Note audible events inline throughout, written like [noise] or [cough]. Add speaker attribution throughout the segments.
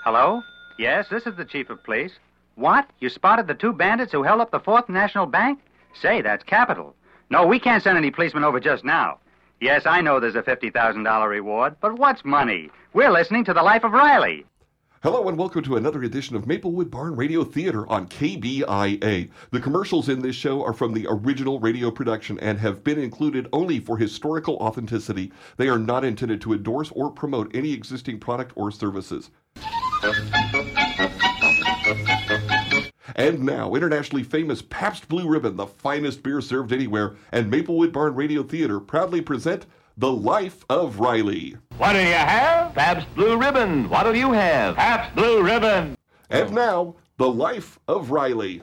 Speaker 1: Hello? Yes, this is the chief of police. What? You spotted the two bandits who held up the Fourth National Bank? Say, that's capital. No, we can't send any policemen over just now. Yes, I know there's a $50,000 reward, but what's money? We're listening to The Life of Riley.
Speaker 2: Hello and welcome to another edition of Maplewood Barn Radio Theater on KBIA. The commercials in this show are from the original radio production and have been included only for historical authenticity. They are not intended to endorse or promote any existing product or services. And now, internationally famous Pabst Blue Ribbon, the finest beer served anywhere, and Maplewood Barn Radio Theater proudly present The Life of Riley.
Speaker 3: What'll you have? Pabst Blue Ribbon. What'll you have? Pabst Blue Ribbon.
Speaker 2: And now, The Life of Riley.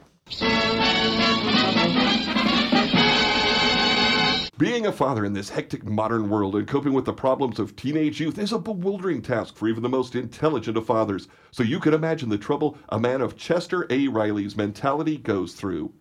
Speaker 2: Being a father in this hectic modern world and coping with the problems of teenage youth is a bewildering task for even the most intelligent of fathers. So you can imagine the trouble a man of Chester A. Riley's mentality goes through.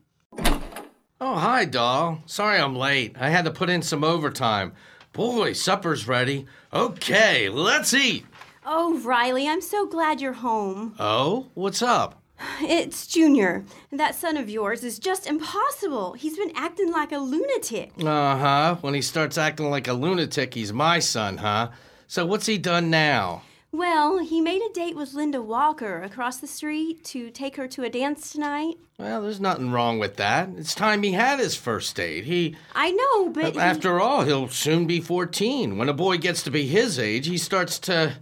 Speaker 4: Oh, hi, doll. Sorry I'm late. I had to put in some overtime. Boy, supper's ready. Okay, let's eat.
Speaker 5: Oh, Riley, I'm so glad you're home.
Speaker 4: Oh, what's up?
Speaker 5: It's Junior. That son of yours is just impossible. He's been acting like a lunatic.
Speaker 4: Uh huh. When he starts acting like a lunatic, he's my son, huh? So what's he done now?
Speaker 5: Well, he made a date with Linda Walker across the street to take her to a dance tonight.
Speaker 4: Well, there's nothing wrong with that. It's time he had his first date. He.
Speaker 5: I know, but. he-
Speaker 4: After all, he'll soon be 14. When a boy gets to be his age, he starts to.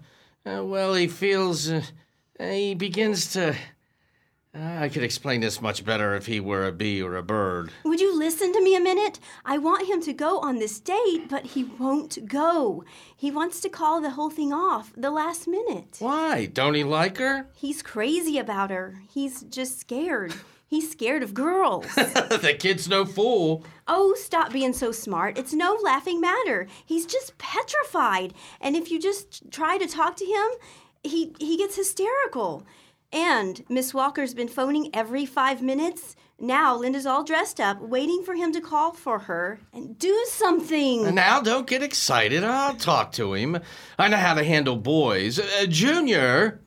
Speaker 4: Uh, well, he feels. Uh, he begins to. Uh, I could explain this much better if he were a bee or a bird.
Speaker 5: Would you listen to me a minute? I want him to go on this date, but he won't go. He wants to call the whole thing off the last minute.
Speaker 4: Why? Don't he like her? [laughs]
Speaker 5: He's crazy about her. He's just scared. He's scared of girls.
Speaker 4: the kid's no fool.
Speaker 5: oh, stop being so smart. It's no laughing matter. He's just petrified. And if you just try to talk to him, he, he gets hysterical. And Miss Walker's been phoning every five minutes. Now Linda's all dressed up, waiting for him to call for her and do something.
Speaker 4: Now, don't get excited. I'll talk to him. I know how to handle boys. Uh, junior!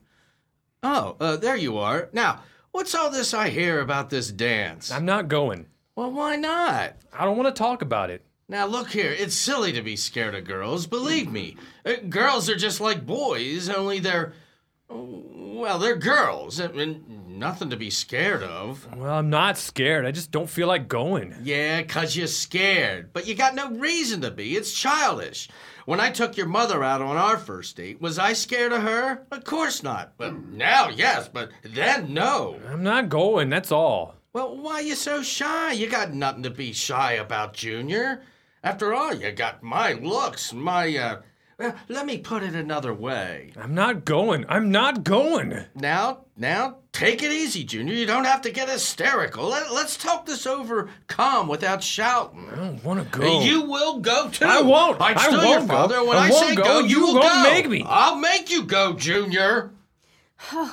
Speaker 4: Oh, uh, there you are. Now, what's all this I hear about this dance?
Speaker 6: I'm not going.
Speaker 4: well, why not?
Speaker 6: I don't want to talk about it.
Speaker 4: Now, look here. It's silly to be scared of girls. Believe me. Uh, girls are just like boys, only they're. Well, they're girls. I mean, nothing to be scared of.
Speaker 6: Well, I'm not scared. I just don't feel like going.
Speaker 4: Yeah, 'cause you're scared. But you got no reason to be. It's childish. When I took your mother out on our first date, was I scared of her? Of course not. But now, yes. But then, no.
Speaker 6: I'm not going, that's all.
Speaker 4: Well, why you so shy? You got nothing to be shy about, Junior. After all, you got my looks, my, uh, well, let me put it another way.
Speaker 6: I'm not going. I'm not going.
Speaker 4: Now, now, take it easy, Junior. You don't have to get hysterical. Let, us talk this over calm without shouting.
Speaker 6: I don't want to go.
Speaker 4: You will go too.
Speaker 6: Oh. I won't.
Speaker 4: I
Speaker 6: I
Speaker 4: still your
Speaker 6: won't go.
Speaker 4: father. When
Speaker 6: I
Speaker 4: I,
Speaker 6: won't
Speaker 4: say
Speaker 6: go.
Speaker 4: go,
Speaker 6: You
Speaker 4: you will
Speaker 6: won't
Speaker 4: go.
Speaker 6: make me.
Speaker 4: I'll make you go, Junior.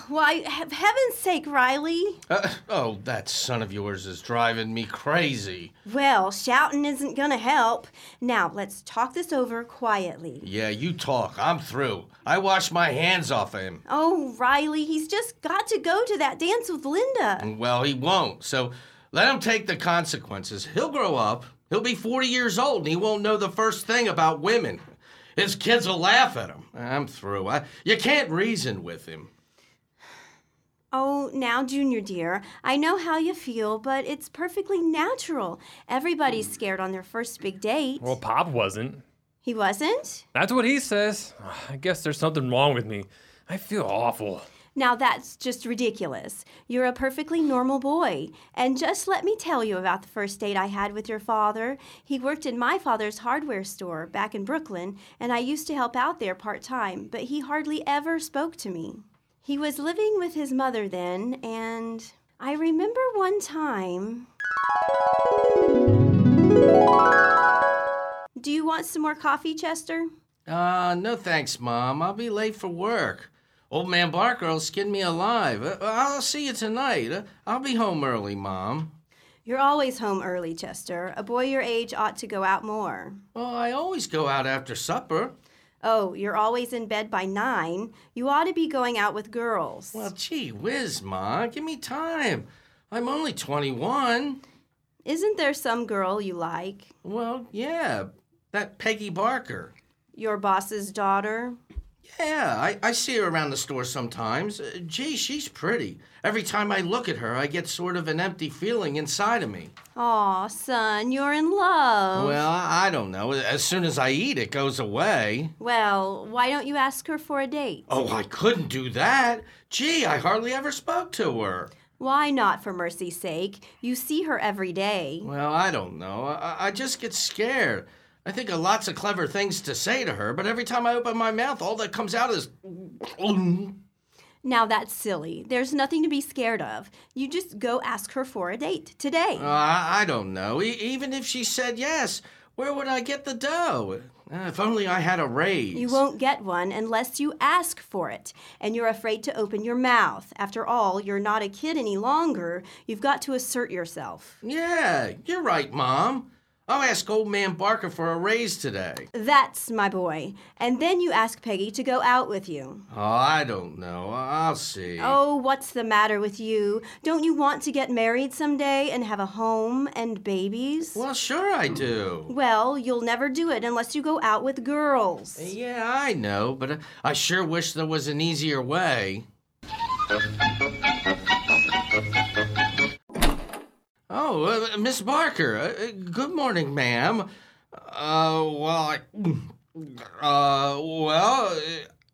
Speaker 5: Why, he- heaven's sake, Riley.
Speaker 4: Uh, oh, that son of yours is driving me crazy.
Speaker 5: Well, shouting isn't gonna help. Now, let's talk this over quietly.
Speaker 4: Yeah, you talk. I'm through. I wash my hands off him.
Speaker 5: Oh, Riley, he's just got to go to that dance with Linda.
Speaker 4: Well, he won't. So let him take the consequences. He'll grow up. He'll be 40 years old and he won't know the first thing about women. His kids will laugh at him. I'm through. I, you can't reason with him.
Speaker 5: Oh, now, Junior dear, I know how you feel, but it's perfectly natural. Everybody's scared on their first big date.
Speaker 6: Well, Pop wasn't.
Speaker 5: He wasn't?
Speaker 6: That's what he says. Ah, I guess there's something wrong with me. I feel awful.
Speaker 5: Now, that's just ridiculous. You're a perfectly normal boy. And just let me tell you about the first date I had with your father. He worked in my father's hardware store back in Brooklyn, and I used to help out there part time, but he hardly ever spoke to me. He was living with his mother then, and I remember one time. Do you want some more coffee, Chester?
Speaker 4: Uh, no thanks, Mom. I'll be late for work. Old man Barker'll skin me alive. Uh, I'll see you tonight. Uh, I'll be home early, Mom.
Speaker 5: You're always home early, Chester. A boy your age ought to go out more.
Speaker 4: Well, I always go out after supper.
Speaker 5: Oh, you're always in bed by nine. You ought to be going out with girls.
Speaker 4: Well, gee whiz, Ma, give me time. I'm only 21.
Speaker 5: Isn't there some girl you like?
Speaker 4: Well, yeah, that Peggy Barker.
Speaker 5: Your boss's daughter?
Speaker 4: Yeah, I, I see her around the store sometimes. Uh, gee, she's pretty. Every time I look at her, I get sort of an empty feeling inside of me.
Speaker 5: Aw, son, you're in love.
Speaker 4: Well, I I don't know. As soon as I eat, it goes away.
Speaker 5: Well, why don't you ask her for a date?
Speaker 4: Oh, I couldn't do that. Gee, I hardly ever spoke to her.
Speaker 5: Why not, for mercy's sake? You see her every day.
Speaker 4: Well, I don't know. I, I just get scared. I think of lots of clever things to say to her, but every time I open my mouth, all that comes out is.
Speaker 5: Now that's silly. There's nothing to be scared of. You just go ask her for a date today.
Speaker 4: Uh, I I don't know. E- even if she said yes, where would I get the dough? Uh, if only I had a raise.
Speaker 5: You won't get one unless you ask for it. And you're afraid to open your mouth. After all, you're not a kid any longer. You've got to assert yourself.
Speaker 4: Yeah, you're right, Mom. I'll ask old man Barker for a raise today.
Speaker 5: That's my boy. And then you ask Peggy to go out with you.
Speaker 4: Oh, I don't know. I'll see.
Speaker 5: Oh, what's the matter with you? Don't you want to get married someday and have a home and babies?
Speaker 4: Well, sure I do.
Speaker 5: Well, you'll never do it unless you go out with girls.
Speaker 4: Yeah, I know, but I sure wish there was an easier way. Oh, uh, Miss Barker. Uh, uh, good morning, ma'am. Uh, well, I, uh, well, uh,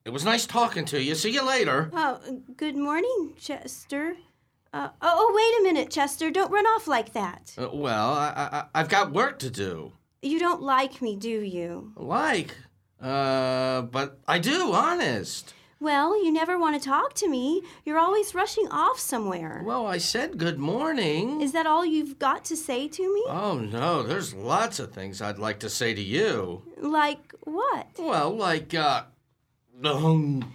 Speaker 4: it was nice talking to you. See you later.
Speaker 5: Oh, good morning, Chester. Uh, oh, oh, wait a minute, Chester. Don't run off like that.
Speaker 4: Uh, well, I, I, I've got work to do.
Speaker 5: You don't like me, do you?
Speaker 4: Like, uh, but I do, honest.
Speaker 5: Well, you never want to talk to me. You're always rushing off somewhere.
Speaker 4: Well, I said good morning.
Speaker 5: Is that all you've got to say to me?
Speaker 4: Oh no, there's lots of things I'd like to say to you.
Speaker 5: Like what?
Speaker 4: Well, like uh um,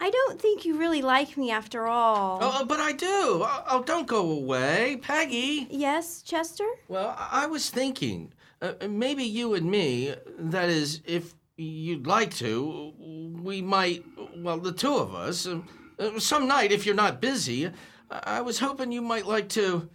Speaker 5: I don't think you really like me after all.
Speaker 4: oh, but I do. Oh, oh, don't go away, Peggy.
Speaker 5: Yes, Chester?
Speaker 4: Well, I I was thinking uh, maybe you and me, that is if you'd like to, we might well, the two of us um, uh, some night if you're not busy, I I was hoping you might like to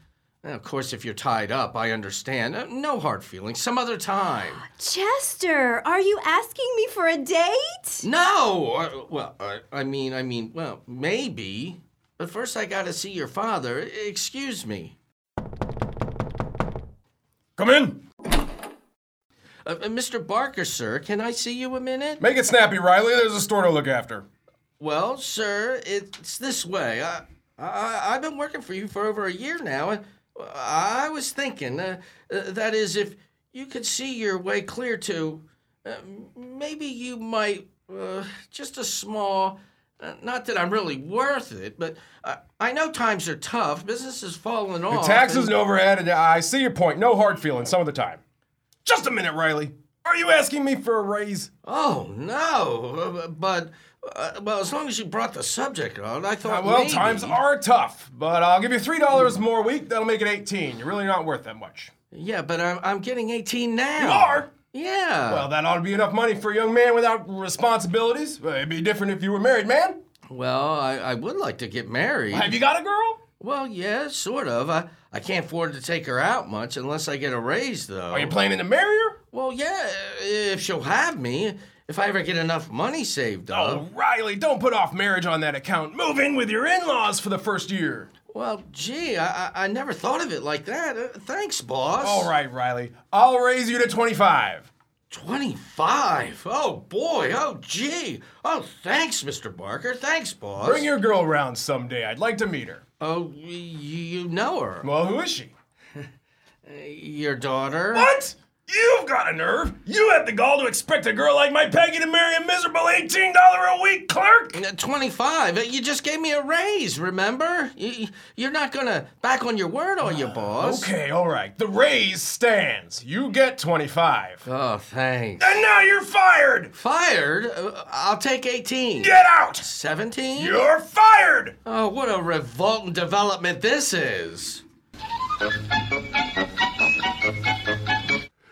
Speaker 4: of course, if you're tied up, I understand. Uh, No hard feelings. Some other time.
Speaker 5: Chester, are you asking me for a date?
Speaker 4: No. uh, Well, I, I mean, I mean, well, maybe. But first, I gotta see your father. Excuse me.
Speaker 7: Come in.
Speaker 4: Uh, uh, Mr. Barker, sir, can I see you a minute?
Speaker 7: Make it snappy, Riley. There's a store to look after.
Speaker 4: Well, sir, it's this way. I, I, I've been working for you for over a year now, and I was thinking uh, uh, that is, if you could see your way clear to, uh, maybe you might uh, just a small. Uh, not that I'm really worth it, but uh, I know times are tough. Business is falling off.
Speaker 7: Taxes
Speaker 4: and-
Speaker 7: and overhead, and I see your point. No hard feelings some of the time. Just a minute, Riley. Are you asking me for a raise?
Speaker 4: Oh no! Uh, But uh, well, as long as you brought the subject on, I thought.
Speaker 7: Uh, well,
Speaker 4: maybe-
Speaker 7: times are tough, but I'll give you three dollars more a week. That'll make it eighteen. You're really not worth that much.
Speaker 4: Yeah, but I'm I'm getting 18 now.
Speaker 7: You are.
Speaker 4: Yeah.
Speaker 7: Well, that ought to be enough money for a young man without responsibilities. Well, It'd be different if you were married, man.
Speaker 4: Well, I, I would like to get married.
Speaker 7: Have you got a girl?
Speaker 4: Well, yeah, sort of. I, I can't afford to take her out much unless I get a raise, though.
Speaker 7: Are you planning to marry her?
Speaker 4: well, yeah, if she'll have me, if I ever get enough money saved up.
Speaker 7: Oh, Riley, don't put off marriage on that account. Move in with your in-laws for the first year.
Speaker 4: Well, gee, I, I, I never thought of it like that. Uh, thanks, boss.
Speaker 7: All right, Riley. I'll raise you to 25.
Speaker 4: 25. Oh, boy. Oh, gee. Oh, thanks, Mr. Barker. Thanks, boss.
Speaker 7: Bring your girl round someday. I'd like to meet her.
Speaker 4: Oh, y- you, you know her.
Speaker 7: Well, who is she?
Speaker 4: Your daughter.
Speaker 7: What? You've got a nerve. You had the gall to expect a girl like my Peggy to marry a miserable $18 a week clerk?
Speaker 4: Uh, 25. Uh, You just gave me a raise, remember? You, you- you're not going to back on your word, are you, boss?
Speaker 7: Okay, all right. The raise stands. You get 25.
Speaker 4: Oh, thanks.
Speaker 7: And now you're fired.
Speaker 4: Fired? Uh, I'll take 18.
Speaker 7: Get out.
Speaker 4: 17?
Speaker 7: You're fired.
Speaker 4: Oh, what a revolting development this is.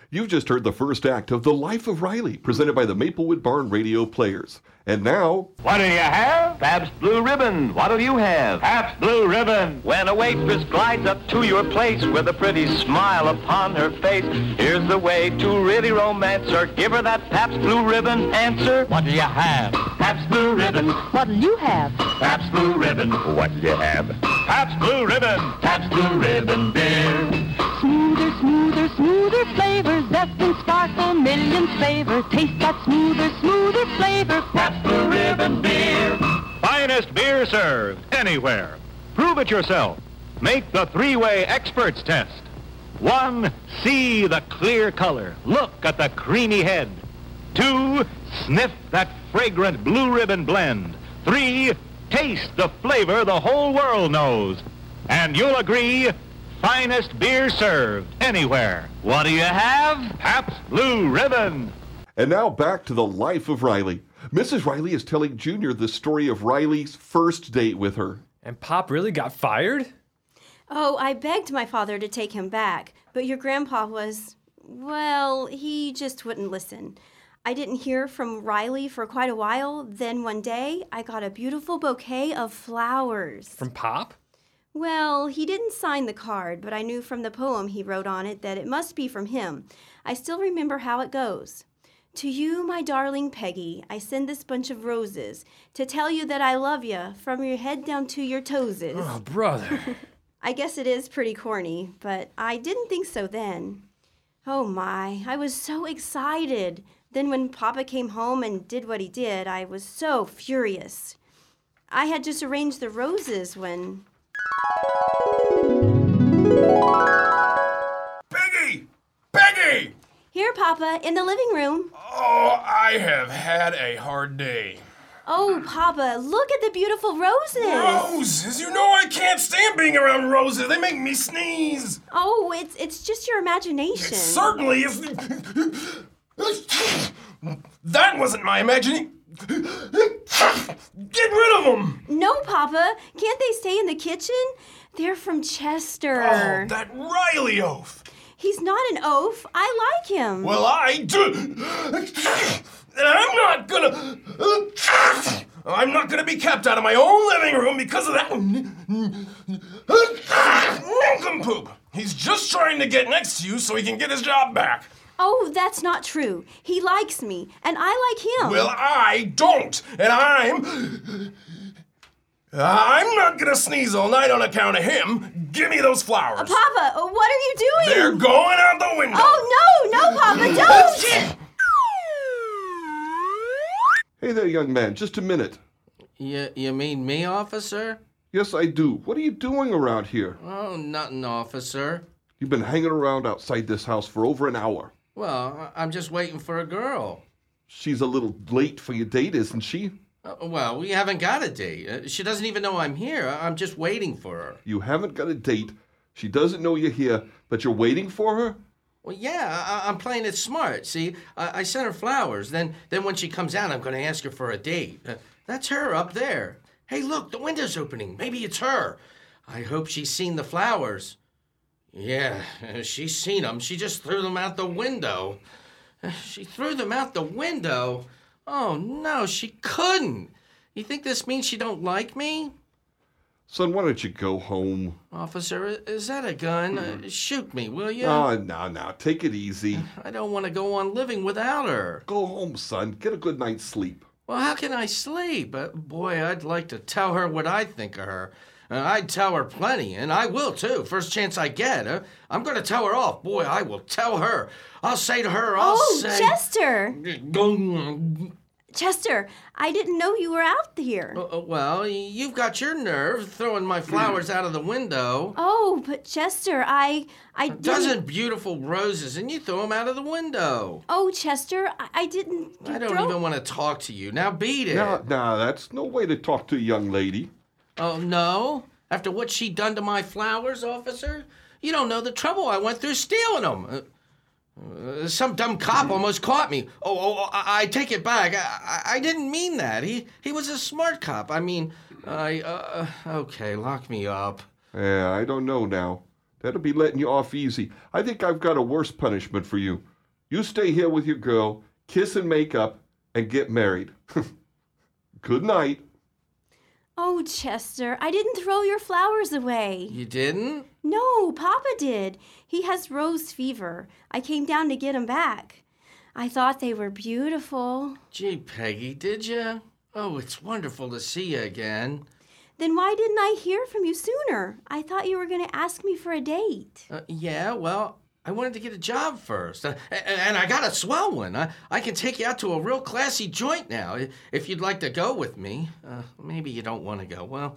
Speaker 2: You've just heard the first act of The Life of Riley, presented by the Maplewood Barn Radio Players. And now,
Speaker 3: What do you have? Pabst Blue Ribbon. What'll you have? Pabst Blue Ribbon. When a waitress glides up to your place with a pretty smile upon her face, here's the way to really romance her. Give her that Pabst Blue Ribbon answer. What do you have? Pabst Blue Ribbon.
Speaker 8: What'll you have?
Speaker 3: Pabst Blue Ribbon. What do you have? Pabst Blue Ribbon. Pabst Blue Ribbon beer.
Speaker 8: Smoother, smoother, smoother flavor. Zest and sparkle, millions flavor. Taste that smoother, smoother flavor.
Speaker 3: Pabst Blue Ribbon beer. Finest beer served anywhere. Prove it yourself. Make the three-way experts test. One, see the clear color. Look at the creamy head. Two, sniff that fragrant blue ribbon blend. Three, taste the flavor the whole world knows. And you'll agree, finest beer served anywhere. What do you have? Pabst Blue Ribbon.
Speaker 2: and now back to The Life of Riley. Mrs. Riley is telling Junior the story of Riley's first date with her.
Speaker 6: And Pop really got fired?
Speaker 5: Oh, I begged my father to take him back, but your grandpa was, well, he just wouldn't listen. I didn't hear from Riley for quite a while. Then one day, I got a beautiful bouquet of flowers.
Speaker 6: From Pop?
Speaker 5: Well, he didn't sign the card, but I knew from the poem he wrote on it that it must be from him. I still remember how it goes. To you, my darling Peggy, I send this bunch of roses to tell you that I love you from your head down to your toeses.
Speaker 6: Oh, brother.
Speaker 5: I guess it is pretty corny, but I didn't think so then. Oh my, I was so excited. Then when Papa came home and did what he did, I was so furious. I had just arranged the roses when.
Speaker 7: Peggy! Peggy!
Speaker 5: Here, Papa, in the living room.
Speaker 7: Oh, I have had a hard day.
Speaker 5: Oh, Papa, look at the beautiful roses.
Speaker 7: Roses! You know I can't stand being around roses. They make me sneeze.
Speaker 5: Oh, it's it's just your imagination.
Speaker 7: Certainly is. that wasn't my imagining. Get rid of them!
Speaker 5: No, Papa, can't they stay in the kitchen? They're from Chester.
Speaker 7: Oh, that Riley oaf.
Speaker 5: He's not an oaf. I like him.
Speaker 7: Well, I do. And I'm not gonna. I'm not gonna be kept out of my own living room because of that. Nincompoop! He's just trying to get next to you so he can get his job back.
Speaker 5: Oh, that's not true. He likes me, and I like him.
Speaker 7: Well, I don't, and I'm. I'm not gonna sneeze all night on account of him. Give me those flowers.
Speaker 5: Papa, uh, what are you doing?
Speaker 7: They're going out the window.
Speaker 5: Oh no, no, Papa, don't!
Speaker 2: Hey there, young man, just a minute.
Speaker 4: You, you mean me, officer?
Speaker 2: Yes, I do. What are you doing around here?
Speaker 4: Oh, nothing, officer.
Speaker 2: You've been hanging around outside this house for over an hour.
Speaker 4: Well, I- I'm just waiting for a girl.
Speaker 2: She's a little late for your date, isn't she?
Speaker 4: Uh, well, we haven't got a date. Uh, she doesn't even know I'm here. I- I'm just waiting for her.
Speaker 2: You haven't got a date. She doesn't know you're here, but you're waiting for her?
Speaker 4: Well, yeah, I- I'm playing it smart. See, I, I sent her flowers. Then, then when she comes out, I'm going to ask her for a date. Uh, that's her up there. Hey, look, the window's opening. Maybe it's her. I hope she's seen the flowers. Yeah, [laughs] she's seen them. She just threw them out the window. [sighs] She threw them out the window. Oh no, she couldn't. You think this means she don't like me?
Speaker 2: Son, why don't you go home?
Speaker 4: Officer, i- is that a gun? Uh, shoot me, will you?
Speaker 2: Ah, no, no, take it easy.
Speaker 4: I don't want to go on living without her.
Speaker 2: Go home, son. Get a good night's sleep.
Speaker 4: Well, how can I sleep? Uh, boy, I'd like to tell her what I think of her. Uh, I'd tell her plenty, and I will too, first chance I get. Uh, I'm going to tell her off. Boy, I will tell her. I'll say to her, I'll
Speaker 5: Oh,
Speaker 4: say.
Speaker 5: Chester,
Speaker 4: Go-
Speaker 5: Chester, I didn't know you were out here.
Speaker 4: Uh, uh, Well, you've got your nerve throwing my flowers out of the window.
Speaker 5: Oh, but Chester, I, I didn't.
Speaker 4: Dozen beautiful roses, and you throw them out of the window.
Speaker 5: Oh, Chester, I, I didn't.
Speaker 4: I don't
Speaker 5: throw-
Speaker 4: even want to talk to you. Now beat it.
Speaker 2: No, no, Ah, that's no way to talk to a young lady.
Speaker 4: Oh, no? After what she done to my flowers, officer? You don't know the trouble I went through stealing them. some dumb cop almost caught me. Oh, oh, oh, I, I take it back. I, I, I didn't mean that. He he was a smart cop. I mean, I uh, okay, lock me up.
Speaker 2: Yeah, I don't know now. That'll be letting you off easy. I think I've got a worse punishment for you. You stay here with your girl, kiss and make up, and get married. [laughs] Good night.
Speaker 5: Oh, Chester, I didn't throw your flowers away.
Speaker 4: You didn't?
Speaker 5: No, Papa did. He has rose fever. I came down to get him back. I thought they were beautiful.
Speaker 4: Gee, Peggy, did you? Oh, it's wonderful to see you again.
Speaker 5: Then why didn't I hear from you sooner? I thought you were going to ask me for a date.
Speaker 4: Uh, yeah, well, I wanted to get a job first, uh, a- a- and I got a swell one. I, I can take you out to a real classy joint now, i- if you'd like to go with me. Uh, maybe you don't want to go. Well,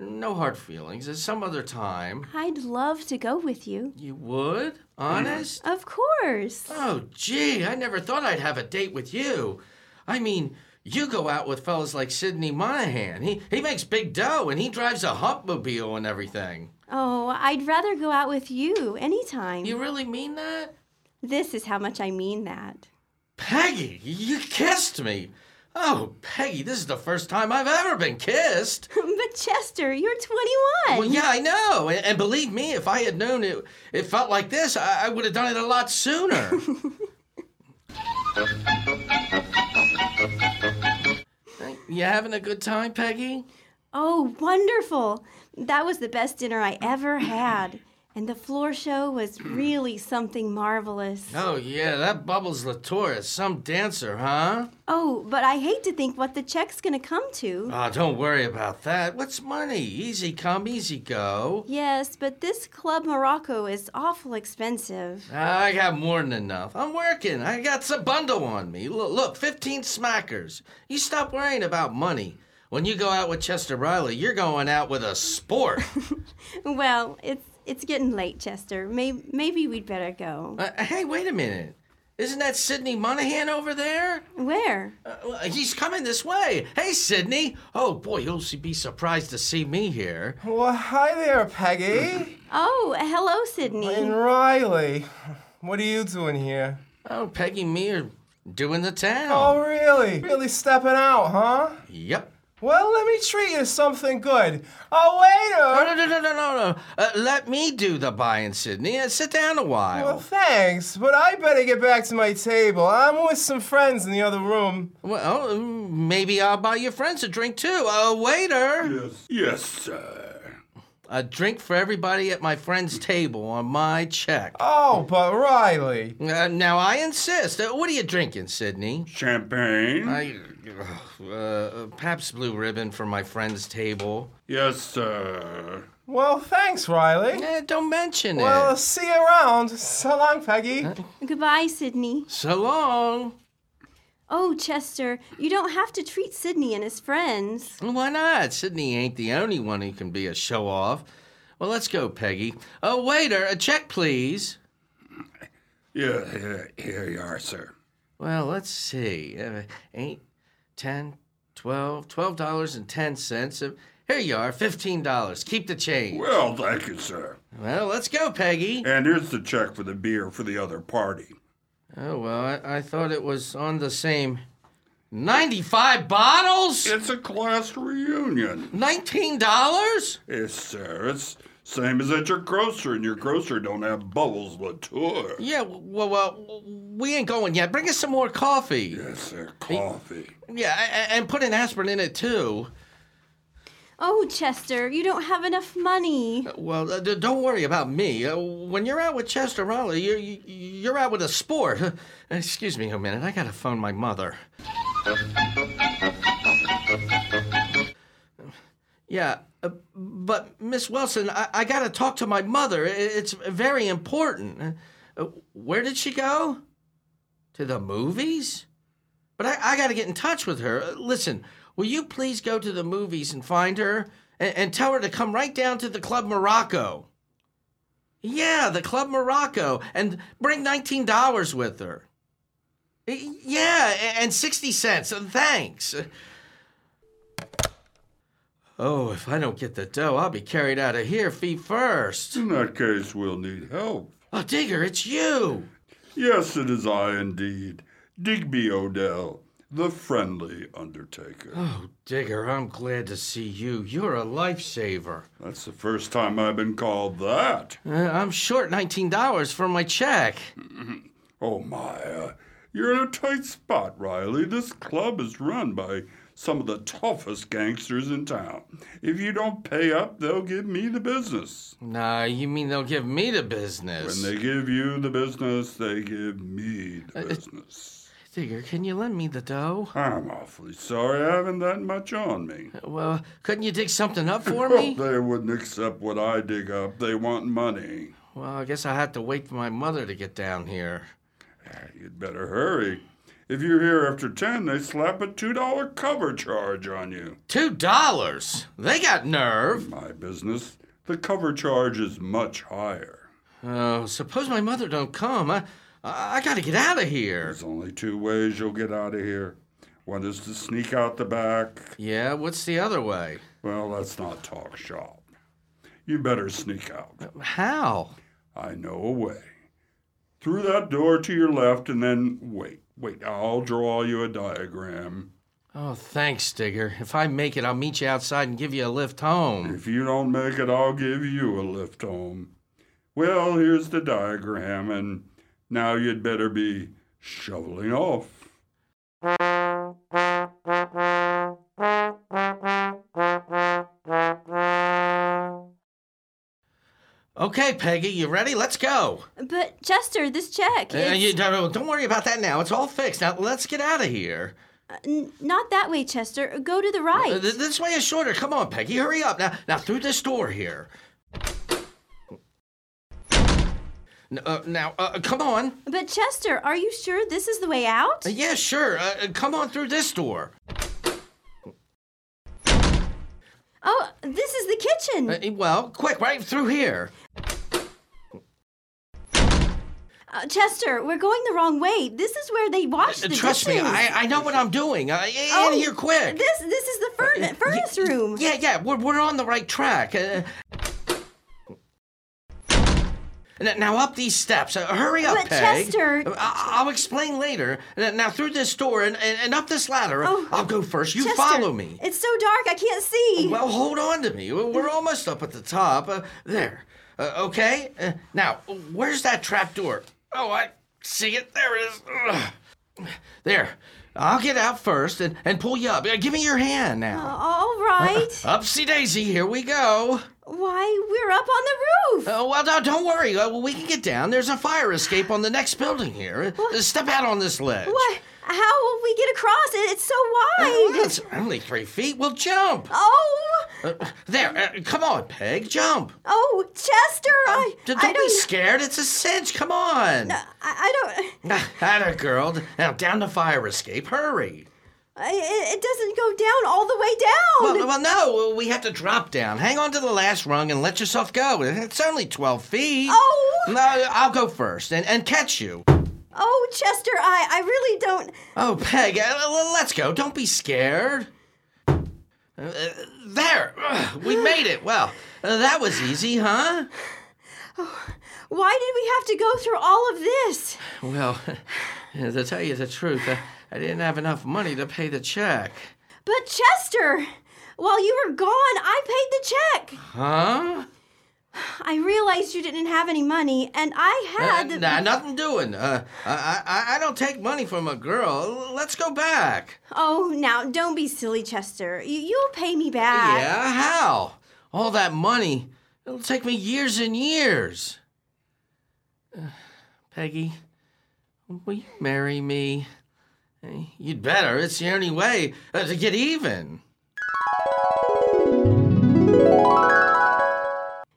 Speaker 4: no hard feelings. It's some other time.
Speaker 5: I'd love to go with you.
Speaker 4: You would? Honest?
Speaker 5: Of course.
Speaker 4: Oh, gee, I never thought I'd have a date with you. I mean, you go out with fellas like Sidney Monahan. He, he makes big dough, and he drives a humpmobile and everything.
Speaker 5: Oh, I'd rather go out with you anytime.
Speaker 4: You really mean that?
Speaker 5: This is how much I mean that. [laughs]
Speaker 4: Peggy, you kissed me. Oh, Peggy, this is the first time I've ever been kissed.
Speaker 5: but Chester, you're 21.
Speaker 4: Well, yeah, I know. And, and believe me, if I had known it, it felt like this, I, I would have done it a lot sooner. Uh, you having a good time, Peggy?
Speaker 5: Oh, wonderful. That was the best dinner I ever had. And the floor show was really something marvelous.
Speaker 4: Oh, yeah, that Bubbles Latour is some dancer, huh?
Speaker 5: Oh, but I hate to think what the check's going to come to.
Speaker 4: Oh, don't worry about that. What's money? Easy come, easy go.
Speaker 5: Yes, but this Club Morocco is awful expensive.
Speaker 4: I got more than enough. I'm working. I got some bundle on me. Look, look, 15 smackers. You stop worrying about money. When you go out with Chester Riley, you're going out with a sport.
Speaker 5: Well, it's it's getting late, Chester. May, maybe we'd better go.
Speaker 4: Uh, hey, wait a minute. Isn't that Sidney Monahan over there?
Speaker 5: Where?
Speaker 4: Uh, well, he's coming this way. Hey, Sidney. Oh, boy, you'll be surprised to see me here.
Speaker 9: Well, hi there, Peggy.
Speaker 5: Oh, hello, Sydney.
Speaker 9: and Riley. What are you doing here?
Speaker 4: Oh, Peggy and me are doing the town.
Speaker 9: Oh, really? Really stepping out, huh?
Speaker 4: Yep.
Speaker 9: Well, let me treat you to something good. Oh,
Speaker 4: No,
Speaker 9: waiter!
Speaker 4: no, no, no, no, no. Uh, let me do the buying, Sidney. Uh, sit down a while.
Speaker 9: Well, thanks, but I better get back to my table. I'm with some friends in the other room.
Speaker 4: Well, mm, maybe I'll buy your friends a drink too. A waiter!
Speaker 7: Yes, sir.
Speaker 4: A drink for everybody at my friend's table on my check.
Speaker 7: Uh,
Speaker 9: Oh, but Riley.
Speaker 4: Uh, now, I insist. Uh, what are you drinking, Sydney?
Speaker 7: Champagne?
Speaker 4: I, uh, perhaps Blue Ribbon for my friend's table.
Speaker 7: Yes, sir.
Speaker 9: [laughs] Well, thanks, Riley.
Speaker 4: Eh, don't mention
Speaker 9: Well,
Speaker 4: it.
Speaker 9: see you around. So long, Peggy.
Speaker 5: Goodbye, Sydney.
Speaker 4: So long.
Speaker 5: Oh, Chester, you don't have to treat Sydney and his friends.
Speaker 4: Why not? Sydney ain't the only one who can be a show off. Well, let's go, Peggy. A waiter, a check, please.
Speaker 7: Yeah, here, here you are, sir.
Speaker 4: Well, let's see. Uh, eight, ten, twelve, twelve dollars and ten cents. Uh, here you are, fifteen dollars. Keep the change.
Speaker 7: Well, thank you, sir.
Speaker 4: Well, let's go, Peggy.
Speaker 7: And here's the check for the beer for the other party.
Speaker 4: Oh well, I, I thought it was on the same. Ninety-five bottles.
Speaker 7: It's a class reunion.
Speaker 4: Nineteen dollars.
Speaker 7: Yes, sir. It's same as at your grocer, and your grocer don't have Bubbles Latour.
Speaker 4: Yeah. Well, well, we ain't going yet. Bring us some more coffee.
Speaker 7: Yes, sir. Coffee.
Speaker 4: Yeah, a- a- and put an aspirin in it too.
Speaker 5: Oh, Chester, you don't have enough money.
Speaker 4: Well, uh, d- don't worry about me. Uh, when you're out with Chester Raleigh, you're, you- you're out with a sport. [laughs] Uh, excuse me a minute. I gotta phone my mother. yeah, uh, but Miss Wilson, I, I gotta talk to my mother. I- It's very important. Uh, where did she go? To the movies? But I, I got to get in touch with her. Uh, Listen, will you please go to the movies and find her and, and tell her to come right down to the Club Morocco? Yeah, the Club Morocco. And bring $19 with her. Uh, Yeah, a- and 60 cents. Uh, Thanks. Uh, Oh, if I don't get the dough, I'll be carried out of here feet first.
Speaker 7: In that case, we'll need help.
Speaker 4: Oh, Digger, it's you.
Speaker 7: Yes, it is I indeed, Digby Odell, the friendly undertaker.
Speaker 4: Oh, Digger, I'm glad to see you. You're a lifesaver.
Speaker 7: That's the first time I've been called that.
Speaker 4: Uh, I'm short $19 for my check.
Speaker 10: Oh my, uh, you're in a tight spot, Riley. This club is run by some of the toughest gangsters in town. If you don't pay up, they'll give me the business.
Speaker 4: Nah, you mean they'll give me the business?
Speaker 10: When they give you the business, they give me the business.
Speaker 4: Digger, can you lend me the dough?
Speaker 10: I'm awfully sorry I haven't that much on me.
Speaker 4: Well, couldn't you dig something up for
Speaker 10: Well,
Speaker 4: Uh,
Speaker 7: [laughs]
Speaker 4: me?
Speaker 10: they wouldn't accept what I dig up. They want money.
Speaker 4: Well, I guess I have to wait for my mother to get down here.
Speaker 10: You'd better hurry. If you're here after 10, they slap a $2 cover charge on you.
Speaker 4: Two dollars? They got nerve.
Speaker 10: My business. The cover charge is much higher.
Speaker 4: Oh, suppose my mother don't come. I, I I gotta get out of here.
Speaker 10: There's only two ways you'll get out of here. One is to sneak out the back.
Speaker 4: Yeah, what's the other way?
Speaker 10: Well, let's not talk shop. You better sneak out.
Speaker 4: How?
Speaker 10: I know a way. Through that door to your left and then wait. Wait, I'll draw you a diagram.
Speaker 4: Oh, thanks, Digger. If I make it, I'll meet you outside and give you a lift home.
Speaker 10: If you don't make it, I'll give you a lift home. Well, here's the diagram, and now you'd better be shoveling off.
Speaker 4: Okay, Peggy, you ready? Let's go.
Speaker 5: But Chester, this check.
Speaker 4: Uh,
Speaker 5: it's-
Speaker 4: you- don't don't worry about that now. It's all fixed. Now let's get out of here.
Speaker 5: N- not that way, Chester. Go to the
Speaker 4: Uh,
Speaker 5: right.
Speaker 4: th- This way is shorter. Come on, Peggy, hurry up now. Now through this door here. N- uh, now, uh, come on.
Speaker 5: But Chester, are you sure this is the way out?
Speaker 4: Uh, yeah, sure. Uh, uh, come on through this door.
Speaker 5: Oh, this is the kitchen.
Speaker 4: Uh, well, quick, right through here.
Speaker 5: Uh, Chester, we're going the wrong way. This is where they wash
Speaker 4: Uh,
Speaker 5: the
Speaker 4: trust me,
Speaker 5: dishes.
Speaker 4: I, I know what I'm doing. Uh, in
Speaker 5: Oh,
Speaker 4: here, quick. Uh,
Speaker 5: This this is the furn- furnace room.
Speaker 4: Yeah, yeah, we're, we're on the right track. Uh, n- now up these steps. Uh, hurry up,
Speaker 5: But
Speaker 4: Peg.
Speaker 5: Chester-
Speaker 4: Uh, I- will explain later. N- Now through this door and, and, and up this ladder.
Speaker 5: Oh.
Speaker 4: I'll go first. You
Speaker 5: Chester,
Speaker 4: follow me. Oh,
Speaker 5: It's so dark I can't see.
Speaker 4: Well, hold on to me. We're we're almost up at the top. Uh, there. Uh, okay? Uh, now, where's that trap door? Oh, I see it. There it is. Ugh. There. I'll get out first and, and pull you up. Uh, give me your hand
Speaker 5: Uh,
Speaker 4: now.
Speaker 5: all right.
Speaker 4: Upsy daisy, here we go.
Speaker 5: Why we're up on the roof?
Speaker 4: Uh, well, no, don't worry. Uh, we can get down. There's a fire escape on the next building here. Uh, step out on this ledge.
Speaker 5: what? How will we get across it? It's so
Speaker 4: Well,
Speaker 5: wide.
Speaker 4: It's only three feet. We'll jump.
Speaker 5: oh,
Speaker 4: Uh, there. Uh, come on, Peg. Jump. Um,
Speaker 5: oh, Chester, I,
Speaker 4: uh, D- don't
Speaker 5: I
Speaker 4: be
Speaker 5: don't.
Speaker 4: scared. It's a cinch. Come on.
Speaker 5: I, I
Speaker 4: [laughs]
Speaker 5: don't.
Speaker 4: Ah, Atta girl. Now down the fire escape. Hurry.
Speaker 5: I, it, it doesn't go down all the way down.
Speaker 4: Well, well, no. uh, We have to drop down. Hang on to the last rung and let yourself go. It's only twelve feet.
Speaker 5: Oh.
Speaker 4: No, I'll go first and, and catch you.
Speaker 5: Oh, Chester, I, I really don't.
Speaker 4: Oh, Peg, uh, l- let's go. Don't be scared. Uh, there. [sighs] Ugh, we made it. Well, uh, that was easy, huh?
Speaker 5: Why did we have to go through all of this?
Speaker 4: Well, [laughs] to tell you the truth, I, I didn't have enough money to pay the check.
Speaker 5: But Chester, while you were gone, I paid the check.
Speaker 4: Huh?
Speaker 5: I realized you didn't have any money, and I
Speaker 4: Uh,
Speaker 5: had. the-
Speaker 4: nah, nothing doing. Uh, I, I, I don't take money from a girl. L- Let's go back.
Speaker 5: Oh, now don't be silly, Chester. You, you'll pay me back.
Speaker 4: yeah, how? All that money, it'll take me years and years. [sighs] Uh, Peggy, will you marry me? Eh, You'd better. It's the only way uh, to get even.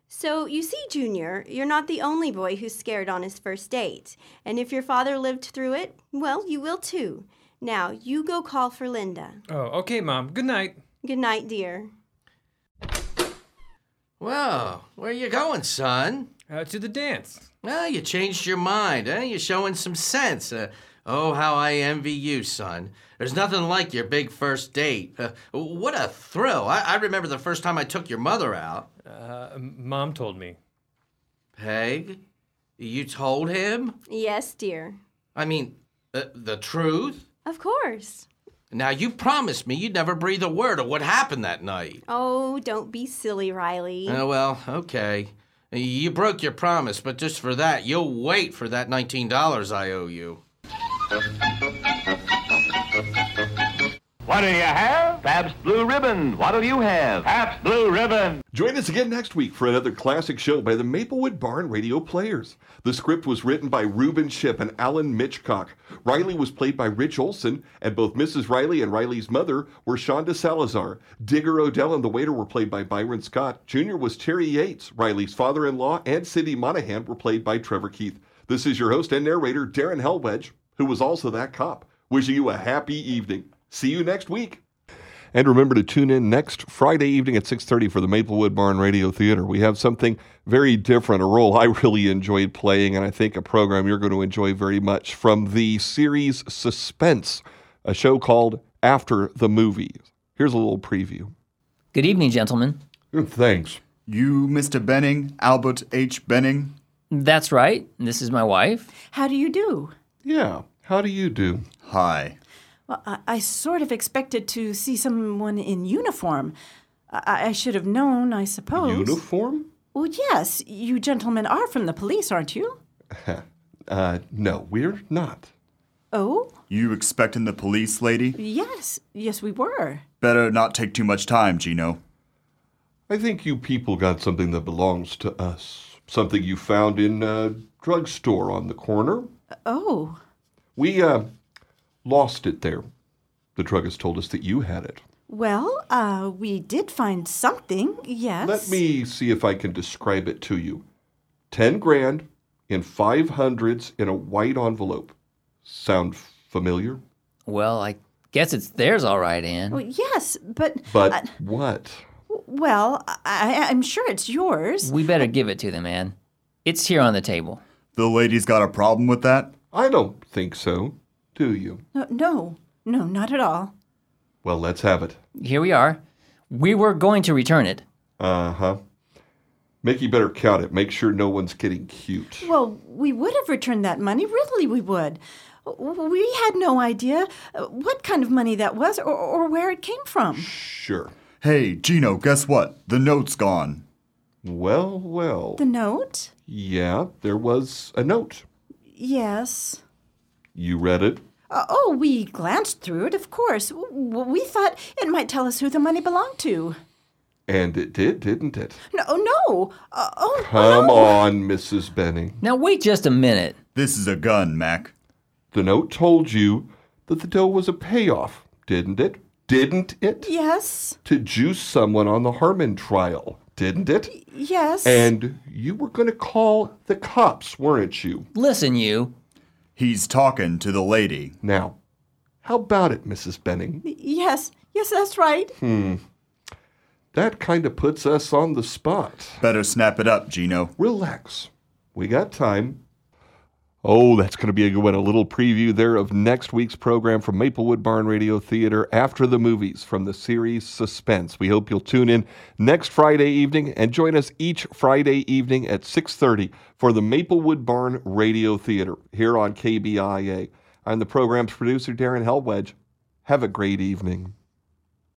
Speaker 5: So, you see, Junior, you're not the only boy who's scared on his first date. And if your father lived through it, well, you will too. Now, you go call for Linda.
Speaker 6: Oh, okay, Mom. Good night.
Speaker 5: Good night, dear.
Speaker 4: Well, where you going, son?
Speaker 6: Uh, to the dance.
Speaker 4: Well, you changed your mind, eh? You're showing some sense. Uh, oh, how I envy you, son. There's nothing like your big first date. Uh, what a thrill. I, I remember the first time I took your mother out.
Speaker 6: Uh, Mom told me.
Speaker 4: Peg, you told him?
Speaker 5: Yes, dear.
Speaker 4: I mean, uh, the truth?
Speaker 5: Of course.
Speaker 4: Now, you promised me you'd never breathe a word of what happened that night. Uh,
Speaker 5: Oh, don't be silly, Riley.
Speaker 4: Oh, well, okay. You broke your promise, but just for that, you'll wait for that $19 I owe you.
Speaker 1: What'll you have? Pabst Blue Ribbon. What'll you have? Pabst Blue Ribbon.
Speaker 2: Join us again next week for another classic show by the Maplewood Barn Radio Players. The script was written by Reuben Ship and Alan Mitchcock. Riley was played by Rich Olson, and both Mrs. Riley and Riley's mother were Shonda Salazar. Digger Odell and the waiter were played by Byron Scott. Junior was Terry Yates. Riley's father in law and Sidney Monahan were played by Trevor Keith. This is your host and narrator, Darren Hellwedge, who was also that cop. Wishing you a happy evening. See you next week. And remember to tune in next Friday evening at 6:30 for the Maplewood Barn Radio Theater. We have something very different, a role I really enjoyed playing and I think a program you're going to enjoy very much from the series Suspense, a show called After the Movie. Here's a little preview.
Speaker 11: Good evening, gentlemen.
Speaker 2: Thanks.
Speaker 7: You, Mr. Benning, Albert H. Benning?
Speaker 11: That's right. This is my wife.
Speaker 10: How do you do?
Speaker 2: Yeah. How do you do?
Speaker 7: Hi.
Speaker 10: Well, I, I sort of expected to see someone in uniform. I, I should have known, I suppose.
Speaker 2: Uniform?
Speaker 10: Well, yes. You gentlemen are from the police, aren't you?
Speaker 2: Uh, no, we're not.
Speaker 10: Oh,
Speaker 7: You expecting the police, lady?
Speaker 10: yes. Yes, we were.
Speaker 7: Better not take too much time, Gino.
Speaker 2: I think you people got something that belongs to us. Something you found in a drugstore on the corner.
Speaker 10: Oh,
Speaker 2: We uh, lost it there. The druggist told us that you had it.
Speaker 10: well, uh, we did find something, yes.
Speaker 2: Let me see if I can describe it to you. Ten grand in five hundreds in a white envelope. Sound familiar?
Speaker 11: Well, I guess it's theirs all right, Anne.
Speaker 10: Well, yes, but.
Speaker 2: But
Speaker 10: I-
Speaker 2: what?
Speaker 10: well, I, I'm sure it's yours.
Speaker 11: We better give it to them, Anne. It's here on the table.
Speaker 7: The lady's got a problem with that?
Speaker 2: I don't think so. Do you?
Speaker 10: No, no, no, not at all.
Speaker 2: Well, let's have it.
Speaker 11: Here we are. We were going to return it.
Speaker 2: Uh huh. Mickey better count it. Make sure no one's getting cute.
Speaker 10: Well, we would have returned that money. Really, we would. W- We had no idea uh, what kind of money that was or, or where it came from.
Speaker 2: Sure.
Speaker 7: Hey, Gino, guess what? The note's gone.
Speaker 2: Well, well.
Speaker 10: The note?
Speaker 2: Yeah, there was a note.
Speaker 10: Yes.
Speaker 2: You read it?
Speaker 10: Uh, oh, we glanced through it, of course. W- w- We thought it might tell us who the money belonged to.
Speaker 2: And it did, didn't it?
Speaker 10: No, no. Uh, oh,
Speaker 2: Come on, Mrs. Benning.
Speaker 11: Now, wait just a minute.
Speaker 7: This is a gun, Mac.
Speaker 2: The note told you that the dough was a payoff, didn't it? Didn't it?
Speaker 10: yes,
Speaker 2: To juice someone on the Harmon trial, didn't it?
Speaker 10: yes.
Speaker 2: And you were going to call the cops, weren't you?
Speaker 11: Listen, you.
Speaker 7: He's talking to the lady.
Speaker 2: Now, how about it, Mrs. Benning?
Speaker 10: Yes, yes, that's right.
Speaker 2: Hmm. That kind of puts us on the spot.
Speaker 7: Better snap it up, Gino.
Speaker 2: Relax. We got time. Oh, that's going to be a good one. A little preview there of next week's program from Maplewood Barn Radio Theater after the movies from the series Suspense. We hope you'll tune in next Friday evening and join us each Friday evening at 6:30 for the Maplewood Barn Radio Theater here on KBIA. I'm the program's producer Darren Helwedge. Have a great evening.